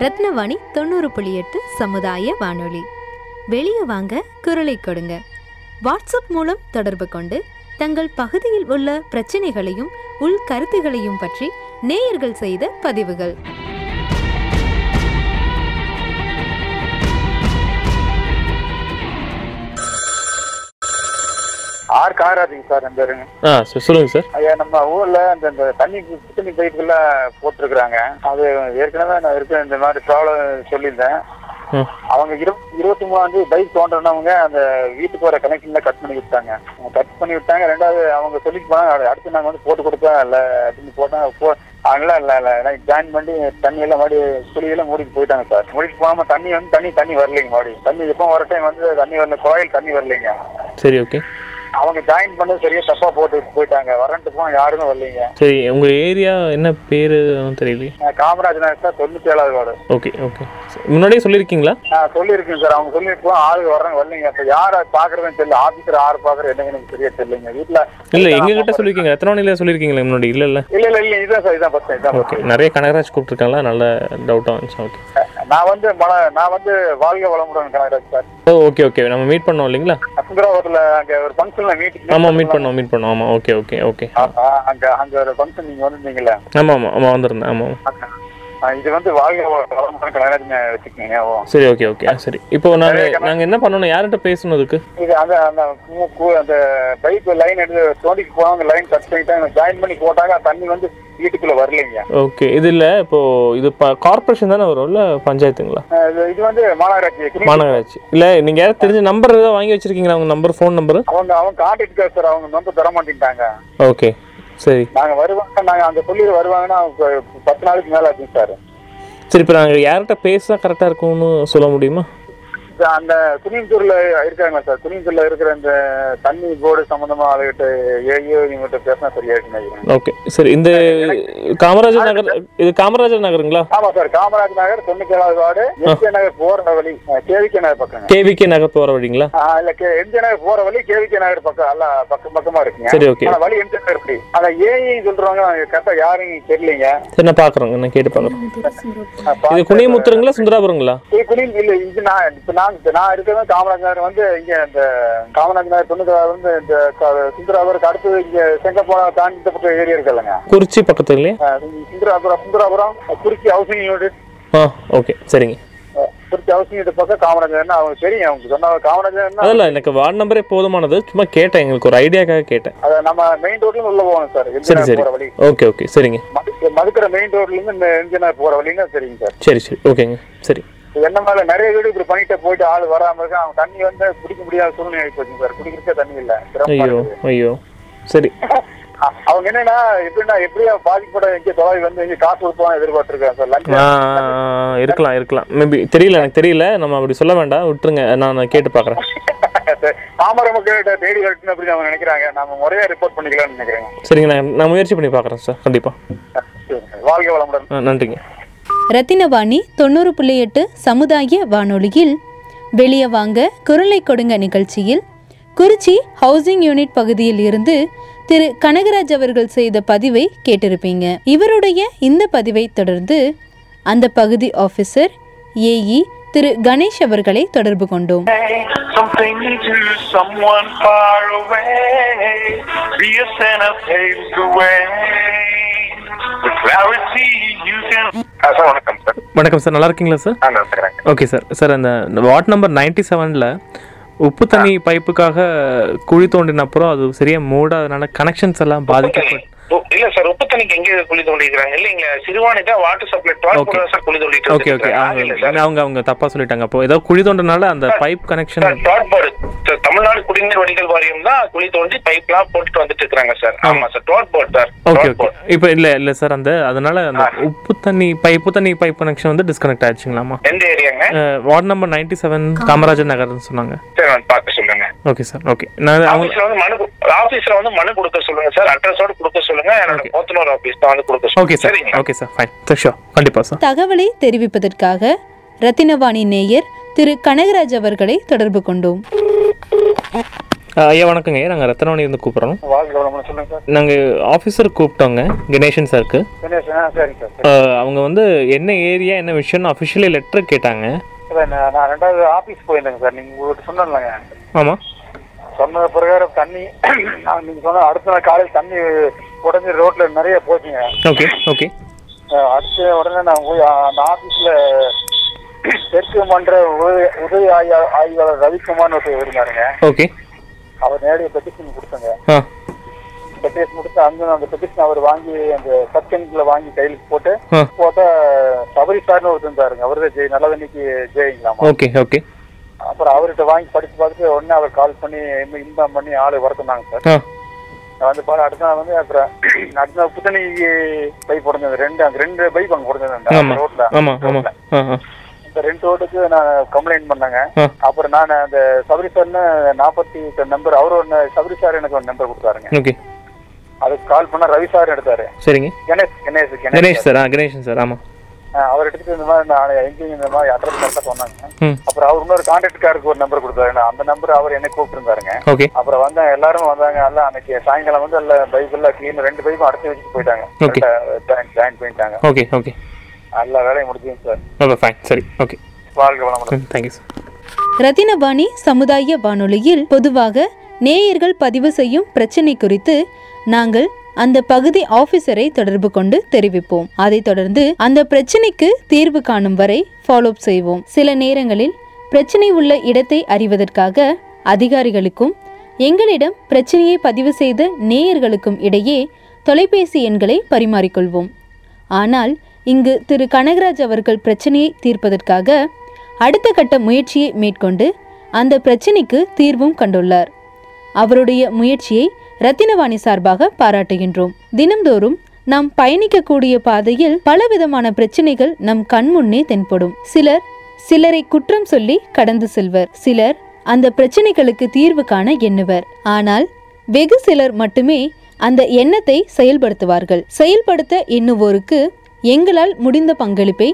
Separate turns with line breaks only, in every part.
ரத்னவாணி தொண்ணூறு புள்ளி எட்டு சமுதாய வானொலி வெளியே வாங்க குரலை கொடுங்க வாட்ஸ்அப் மூலம் தொடர்பு கொண்டு தங்கள் பகுதியில் உள்ள பிரச்சனைகளையும் உள் கருத்துகளையும் பற்றி நேயர்கள் செய்த பதிவுகள்
ஆர் காராஜிங்க சார் என் பேருங்க
ஆ சார் சொல்லுங்கள் சார்
ஐயா நம்ம ஊர்ல அந்த இந்த தண்ணி தண்ணி பைப்புலாம் போட்டிருக்கிறாங்க அது ஏற்கனவே நான் இருக்க இந்த மாதிரி ப்ராப்ளம் சொல்லியிருந்தேன்
ம்.
அவங்க இரு இருபத்தி மூணாந்தேதி பைக் தோன்றவங்க அந்த வீட்டுக்கு வர கனெக்ஷன்ல கட் பண்ணி விட்டாங்க கட் பண்ணி விட்டாங்க ரெண்டாவது அவங்க சொல்லிட்டு போனாங்க "அடு- அடுத்து நாங்க வந்து போட்டு கொடுப்போம் இல்ல அப்படின்னு போட்டாங்க போ அதெல்லாம் இல்ல இல்ல எனக்கு ஜாயின் பண்ணி தண்ணி எல்லாம் மறுபடி குழியெல்லாம் மூடிட்டு போயிட்டாங்க சார் மூடிட்டு போகாம தண்ணி வந்து தண்ணி தண்ணி வரலைங்க மறுபடியும் தண்ணி எப்போ வர டைம் வந்து தண்ணி வரல குழாயில் தண்ணி வரலைங்க
சரி ஓகே
அவங்க ஜாயின் பண்ணது சரியா தப்பா போட்டு போயிட்டாங்க வரன்ட்டு போனா யாருமே வரலீங்க
சரி உங்கள் ஏரியா என்ன பேர் தெரியலையே
நான் காமராஜ் நகர் சார் தொண்ணூத்தி ஏழாவது வார்டு
ஓகே ஓகே முன்னாடியே சொல்லியிருக்கீங்களா
நான் சொல்லியிருக்கேன் சார் அவங்க சொல்லிட்டு போனா ஆளுங்க வர்றாங்க வரலீங்க அப்ப யார பாக்குறதுன்னு தெரியல ஆபீசர் ஆறு பாக்குறது என்னங்க எனக்கு சரியா தெரியலங்க வீட்டுல
இல்லை எங்ககிட்ட சொல்லியிருக்கீங்க ரத்னவாணியில் சொல்லியிருக்கீங்களா முன்னாடி இல்லை இல்லை
இல்ல இல்ல இல்ல இதுதான் சார் இதான் பிரச்சனை இதான்
ஓகே நிறைய கனகராஜ் கூப்பிட்ருக்காங்களா நல்ல டவுட்டாக இருந்துச்சு ஓகே
பிரச்சனை. நான் வந்து மன நான் வந்து வாழ்க வளமுடன் Kanagaraj sir
oh okay okay நம்ம மீட் பண்ணோம் இல்லைங்களா
சுந்தரவரத்துல அங்க ஒரு ஃபங்க்ஷன்ல மீட்டிங்
ஆமாம் மீட் பண்ணோம் மீட் பண்ணோம் ஆமாம் ஓகே ஓகே ஓகே
அங்க அங்க ஒரு ஃபங்க்ஷன் நீங்க வந்திருந்தீங்களே
ஆமாம் ஆமாம் ஆமாம் வந்திருந்தேன் ஆமாம்
அங்க. ஆ, இது வந்து வாழ்க வளமுடன் கனகராஜ் வச்சுக்கீங்க ஓ
சரி ஓகே ஓகே ஆ, சரி இப்போ நாங்கள் நாங்கள் என்ன பண்ணணும் யார்கிட்ட பேசணும் அதுக்கு
இது அந்த அந்த கூ- கூ- அந்த பைப் லைன் எடுத்து தோண்டிக்கு போனவங்க லைன் கட் பண்ணிட்டாங்க ஜாயின் பண்ணி போட்டாங்க தண்ணி வந்து வீட்டுக்குள்ள வரலைங்க
ஓகே இது இல்லை இப்போது இது ப கார்பரேஷன் தானே வரும் இல்லை பஞ்சாயத்துங்களா
அஹ் இது- இது வந்து மாநகராட்சி கிளி-
மாநகராட்சி இல்லை நீங்கள் யாரும் தெரிஞ்ச நம்பர் ஏதாவது வாங்கி வச்சிருக்கீங்களா உங்கள் நம்பர் ஃபோன் நம்பர்
அவங்க அவங்க காட்டிட்டு இருக்காரு சார் அவங்க வந்து தர மாட்டேங்கிட்டாங்க
ஓகே சரி
நாங்க வருவாங்க நாங்க அந்த சொல்லி வருவாங்கன்னா அவங்க ப- பத்து நாளைக்கு மேல ஆச்சுங்க சார்
சரி இப்போ நாங்கள் யார்கிட்ட பேசினா கரெக்டாக இருக்கும்னு சொல்ல முடியுமா
இது அந்த துணிந்தூர்ல இருக்காங்க சார் துணிந்தூர்ல இருக்கிற இந்த தண்ணி போர்டு சம்பந்தமா அதுகிட்ட ஏயோ இவங்ககிட்ட பேசினா சரியா இருக்குன்னு நினைக்கிறேன்
ஓகே சரி இந்த காமராஜர் நகர் இது காமராஜர் நகருங்களா
ஆமா சார் காமராஜ் நகர் தொண்ணூத்தி ஏழாவது வார்டு எம்ஜே நகர் போற வழி கேவிகே நகர் பக்கங்க
கேவிகே நகர் போகிற வழிங்களா
ஆ, இல்ல கே- எம்ஜி நகர் போற வழி கேவிகே நகர் பக்கம் அல்ல பக்கம் பக்கமா இருக்குங்க
சரி, okay.
ஆனா வழி எம்ஜி நகர் இப்படி ஆனா ஏஐ சொல்றாங்க கரெக்டா யாரும் தெரியலீங்க
சரி நான் பார்க்குறேங்க நான் கேட்டு பார்க்குறேன்
ஆ, பா-
இது குனியமுத்துறங்களா சுந்தராபுரங்களா
இது குளிர் இல்ல இது நான் இப்ப நான் இப்ப நான் இருக்கிறது காமராஜ் நகர் வந்து இங்க இந்த காமராஜ் நகர் தொண்ணூத்தாறு வந்து இந்த க- சுந்தராபுரம் அடுத்தது இங்க செங்கப்போனா தாண்டி இந்த பக்கம் ஏரியா இருக்குல்லங்க
குறிச்சி பக்கத்துலயே
ஆ, சுந்தராபுரம் சுந்தராபுரம் குறிச்சி ஹவுசிங் யூனிட்
ஆ ஓகே சரிங்க
ஆ, குறிச்சி ஹவுசிங் யூனிட் பக்கம் காமராஜ் நகர்னா அவங்க தெரியும் அவங்க சொன்ன காமராஜ் நகர்னா
அதில் எனக்கு வார்டு நம்பரே போதுமானது சும்மா கேட்டேன் எங்களுக்கு ஒரு ஐடியாக்காக கேட்டேன்
அது நம்ம மெயின் ரோட்ல உள்ள போவோம் சார் எம்ஜி
சரி,
நகர்
சரி.
போற வழி
ஓகே ஓகே சரிங்க
மது- மதுக்கரை மெயின் ரோட்ல இருந்து இந்த எம்ஜி நகர் போற வழின்னா சரிங்க சார்
சரி சரி ஓகேங்க சரி
இது என்ன மேல நிறைய வீடு இப்படி பண்ணிட்டு போயிட்டு ஆள் வராம இருக்கு அவங்க தண்ணி வந்து குடிக்க முடியாத சூழ்நிலை ஆகி போச்சுங்க சார் குடிக்கிறதுக்கே தண்ணி இல்ல சிரமமா
ஐயோ
இருக்குது.
ஐயோ சரி
அ- அவங்க என்னன்னா எப்படின்னா எப்படி அவன் பாதிக்கப்பட எங்க தொலை வந்து எங்க காசு கொடுப்பான் எதிர்பார்த்திருக்காங்க சார்
ஆ,
லஞ்சம்
ஆ, ஆ, இருக்கலாம் இருக்கலாம் மேபி தெரியல எனக்கு தெரியல நம்ம அப்படி சொல்ல வேண்டாம் விட்டுருங்க நான் கேட்டு பார்க்குறேன்
பாமர மக்கள்கிட்ட தேடி கட்டணும் அப்படின்னு அவங்க நினைக்கிறாங்க நம்ம முறையா ரிப்போர்ட் பண்ணிக்கலாம்னு நினைக்கிறேங்க
சரிங்க நான் நான் முயற்சி பண்ணி பார்க்குறேன் சார் கண்டிப்பாக
சரிங்க. வாழ்க வளமுடன்
ஆ நன்றிங்க
ரத்தினவாணி தொண்ணூறு புள்ளி எட்டு சமுதாய வானொலியில் வெளியே வாங்க குரலை கொடுங்க நிகழ்ச்சியில் குறிச்சி ஹவுசிங் யூனிட் பகுதியில் இருந்து திரு கனகராஜ் அவர்கள் செய்த பதிவை கேட்டிருப்பீங்க இவருடைய இந்த பதிவை தொடர்ந்து அந்த பகுதி ஆஃபீஸர் ஏஇ திரு கணேஷ் அவர்களை தொடர்பு கொண்டோம்
Something to someone far away. Be a Santa paved the way. The clarity you can.
ஆ, சார் வணக்கம் சார்
வணக்கம் சார் நல்லா இருக்கீங்களா சார்
நான் நினைக்கிறேன்
ஓகே சார் சார் அந்த வார்ட் நம்பர் நைன்டி செவனில் உப்பு தண்ணி பைப்புக்காக குழி தோண்டின அப்புறம் அது சரியாக மூடாதனால கனெக்ஷன்ஸ் எல்லாம் பாதிக்கப்பட்டு
உ- இல்ல சார் உப்பு தண்ணிக்கு எங்க குழி தோண்டிருக்காங்க இல்லைங்க சிறுவாணி தான் வாட்டர் சப்ளை டுவெல்
Okay.
சார் குழி தோண்டிட்டு
ஓகே ஓகே
இருக்காங்க. ஆக இல்ல
அவங்க
சார்
அவங்க அவங்க தப்பாக சொல்லிட்டாங்க அப்போ ஏதோ குழி தோண்டினால அந்த pipe connection
sir dot board sir Tamil Nadu குடிநீர் வடிகல் வாரியம் தான் குழி தோண்டி பைப்லாம் போட்டுட்டு வந்துட்டு இருக்காங்க சார் ஆமா sir dot board sir
okay
dot
okay
board
இப்போ இல்லை இல்லை சார் அந்த அதனால அந்த உப்பு தண்ணி பைப் உப்பு தண்ணி பைப் கனெக்ஷன் வந்து டிஸ்கனெக்ட் ஆயிடுச்சுங்களாமா
எந்த ஏரியாங்க
ward number ninety seven Kamarajar நகர்னு சொன்னாங்க
சார் நான் பார்க்க சொல்லுங்க
ஓகே சார் ஓகே நான் அவங்க
ஆபீஸ்ல வந்து மனு கு- ஆபீஸ்ல வந்து மனு கொடுக்க சொல்லுங்க சார் அட்ரஸோட கொடுக்க சொல்லுங்க என்னோட
Okay.
போத்தனூர் ஆபீஸ் தான் வந்து கொடுக்க
ஓகே
சொல்லுங்க
சார்
சரிங்க
okay sir fine sir show கண்டிப்பாக சார்
தகவலை தெரிவிப்பதற்காக ரத்தினவாணி நேயர் திரு கனகராஜ் அவர்களை தொடர்பு கொண்டோம்
அஹ், ஐயா வணக்கங்க ஐயா நாங்கள் ரத்தனவாணியிலேருந்து கூப்பிட்றோம்
வாழ்க்கை வளமுன்னு சொல்லுங்க சார்
நாங்கள் ஆஃபீஸர் கூப்பிட்டோங்க கணேசன் சாருக்கு
கணேஷ் ஆ சரிங்க சார் சரி.
அஹ், அவங்க வந்து என்ன ஏரியா என்ன விஷயம்னு அஃபிஷியலி லெட்டர் கேட்டாங்க
சார் நான் நான் ரெண்டாவது ஆஃபீஸ் போயிருந்தேங்க சார் நீங்கள் உங்கள்கிட்ட சொன்னேன்லங்க
ஆமாம்
சொன்ன பிரகாரம் தண்ணி நான் நீங்கள் சொன்ன அடுத்த நாள் காலையில் தண்ணி உடஞ்சி ரோட்டில் நிறைய போச்சுங்க
ஓகே ஓகே
அஹ் அடுத்த உடனே நான் போய் அ- அந்த ஆபீஸ்ல தெற்கு மன்ற உதவி உதவி ஆய்வா- ஆய்வாளர் ரவிக்குமார்னு ஒருத்தர் இருந்தாருங்க
ஓகே
அவர் நேரடிய பெட்டிஷன் கொடுத்தங்க
ஆ
பெட்டிஷன் கொடுத்து அங்க அந்த பெட்டிஷன் அவர் வாங்கி அந்த சப்கெண்ட்ல வாங்கி கையில் போட்டு
ஆ.
போட்டா சபரி சார்னு ஒருத்தர் இருந்தாருங்க அவரு தான் ஜெய் நல்லதன்னைக்கு ஜெயிங்களாமா
ஓகே ஓகே
அப்புறம் அவர்கிட்ட வாங்கி படிச்சு பார்த்துட்டு உடனே அவர் கால் பண்ணி இன்~ இன்பார்ம் பண்ணி ஆளு வரத்துனாங்க சார்
ஆ
நான் வந்து பாரு அடுத்த நாள் வந்து அப்புறம் அடுத்த நாள் புத்தனி பைப் உடஞ்சது ரெண்டு அந்த ரெண்டு பைப் அங்க உடஞ்சது
ஆமாம்
ரோட்ல
ஆமாம் ஆமாம்
ரோட்ல.
ஆ ஆ
இந்த ரெண்டு ரோடுக்கு நான் கம்ப்ளைண்ட் பண்ணேங்க
ஆ.
அப்புறம் நான் அந்த சபரி சார்னு நாற்பத்தி நம்பர் அவர் ஒன்று சபரி சார் எனக்கு ஒரு நம்பர் கொடுத்தாருங்க
ஓகே
அதுக்கு கால் பண்ணா ரவி சார் எடுத்தாரு
சரிங்க
கணேஷ் கணேஷ்
கணேஷ் சார் ஆ கணேஷன் சார் ஆமாம்
ஆ, அவர் எடுத்துட்டு இந்த மாதிரி நான் எங்கேயும் இந்த மாதிரி அட்ரஸ் கரெக்டாக சொன்னாங்க
ம்
அப்புறம் அவர் இன்னொரு கான்டாக்டுக்காருக்கு ஒரு நம்பர் கொடுத்தாருங்க அந்த நம்பர் அவர் என்னை கூப்பிட்டுருந்தாருங்க
ஓகே
அப்புறம் வந்தாங்க எல்லாரும் வந்தாங்க எல்லாம் அன்னைக்கு சாயங்காலம் வந்து எல்லாம் பைக் எல்லாம் க்ளீன் ரெண்டு பைக்கும் அடுத்து வச்சுட்டு போயிட்டாங்க
Okay.
ஜாயின் பண்ணிட்டாங்க
ஓகே ஓகே
எல்லா வேலையும் முடிஞ்சுங்க சார்
ஓகே ஃபைன் சரி ஓகே
வாழ்க வளமுடன்
ம் தேங்க்யூ சார்
ரத்தினவாணி சமுதாய வானொலியில் பொதுவாக நேயர்கள் பதிவு செய்யும் பிரச்சினை குறித்து நாங்கள் அந்த பகுதி ஆபீசரை தொடர்பு கொண்டு தெரிவிப்போம் அதைத் தொடர்ந்து அந்த பிரச்சினைக்கு தீர்வு காணும் வரை ஃபாலோஅப் செய்வோம் சில நேரங்களில் பிரச்சினை உள்ள இடத்தை அறிவதற்காக அதிகாரிகளுக்கும் எங்களிடம் பிரச்சனையை பதிவு செய்த நேயர்களுக்கும் இடையே தொலைபேசி எண்களை பரிமாறிக்கொள்வோம் ஆனால் இங்கு திரு கனகராஜ் அவர்கள் பிரச்சனையை தீர்ப்பதற்காக அடுத்த கட்ட முயற்சியை மேற்கொண்டு அந்த பிரச்சனைக்கு தீர்வும் கண்டுள்ளார் அவருடைய முயற்சியை ரத்தினவாணி சார்பாக பாராட்டுகின்றோம் தினம்தோறும் நாம் பயணிக்கக்கூடிய பாதையில் பலவிதமான பிரச்சனைகள் நம் கண்முன்னே தென்படும் சிலர் சிலரை குற்றம் சொல்லி கடந்து செல்வர் சிலர் அந்த பிரச்சனைகளுக்கு தீர்வு காண எண்ணுவர் ஆனால் வெகு சிலர் மட்டுமே அந்த எண்ணத்தை செயல்படுத்துவார்கள் செயல்படுத்த எண்ணுவோருக்கு எங்களால் முடிந்த பங்களிப்பை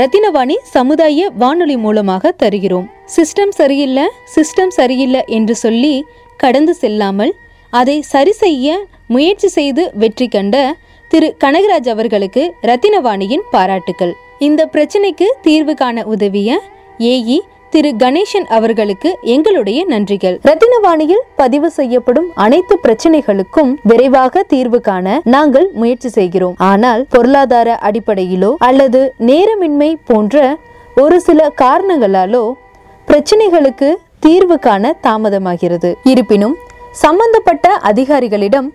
ரத்தினவாணி சமுதாய வானொலி மூலமாக தருகிறோம் சிஸ்டம் சரியில்லை சிஸ்டம் சரியில்லை என்று சொல்லி கடந்து செல்லாமல் அதை சரி செய்ய முயற்சி செய்து வெற்றி கண்ட திரு கனகராஜ் அவர்களுக்கு ரத்தினவாணியின் பாராட்டுக்கள் இந்த பிரச்சனைக்கு தீர்வு காண உதவிய ஏஇ திரு கணேசன் அவர்களுக்கு எங்களுடைய நன்றிகள் ரத்தினவாணியில் பதிவு செய்யப்படும் அனைத்து பிரச்சனைகளுக்கும் விரைவாக தீர்வு காண நாங்கள் முயற்சி செய்கிறோம் ஆனால் பொருளாதார அடிப்படையிலோ அல்லது நேரமின்மை போன்ற ஒரு சில காரணங்களாலோ பிரச்சனைகளுக்கு தீர்வு காண தாமதமாகிறது இருப்பினும் சம்பந்தப்பட்ட அதிகாரிகளிடம்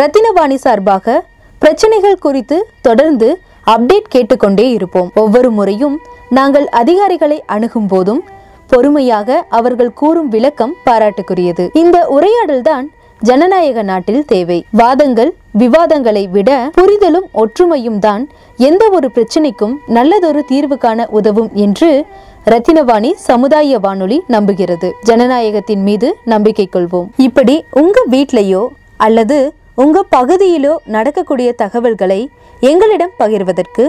ரத்தினவாணி சார்பாக பிரச்சனைகள் குறித்து தொடர்ந்து அப்டேட் கேட்டுக்கொண்டே இருப்போம் ஒவ்வொரு முறையும் நாங்கள் அதிகாரிகளை அணுகும் போதும் பொறுமையாக அவர்கள் கூறும் விளக்கம் பாராட்டுக்குரியது இந்த உரையாடல்தான் ஜனநாயக நாட்டில் தேவை வாதங்கள் விவாதங்களை விட புரிதலும் ஒற்றுமையும் தான் எந்த ஒரு பிரச்சனைக்கும் நல்லதொரு தீர்வு காண உதவும் என்று ரத்தினவாணி சமுதாய வானொலி நம்புகிறது ஜனநாயகத்தின் மீது நம்பிக்கை கொள்வோம் இப்படி உங்க வீட்லயோ அல்லது உங்க பகுதியிலோ நடக்கக்கூடிய தகவல்களை எங்களிடம் பகிர்வதற்கு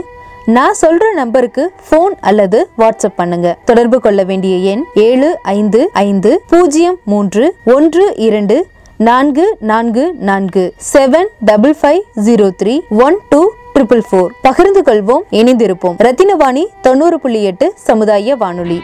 நான் சொல்ற நம்பருக்கு ஃபோன் அல்லது வாட்ஸ்அப் பண்ணுங்க தொடர்பு கொள்ள வேண்டிய எண் ஏழு ஐந்து ஐந்து பூஜ்ஜியம் மூன்று ஒன்று இரண்டு நான்கு நான்கு நான்கு seven double five zero three one two triple four பகிர்ந்து கொள்வோம் இணைந்திருப்போம் ரத்தினவாணி தொண்ணூறு புள்ளி எட்டு சமுதாய வானொலி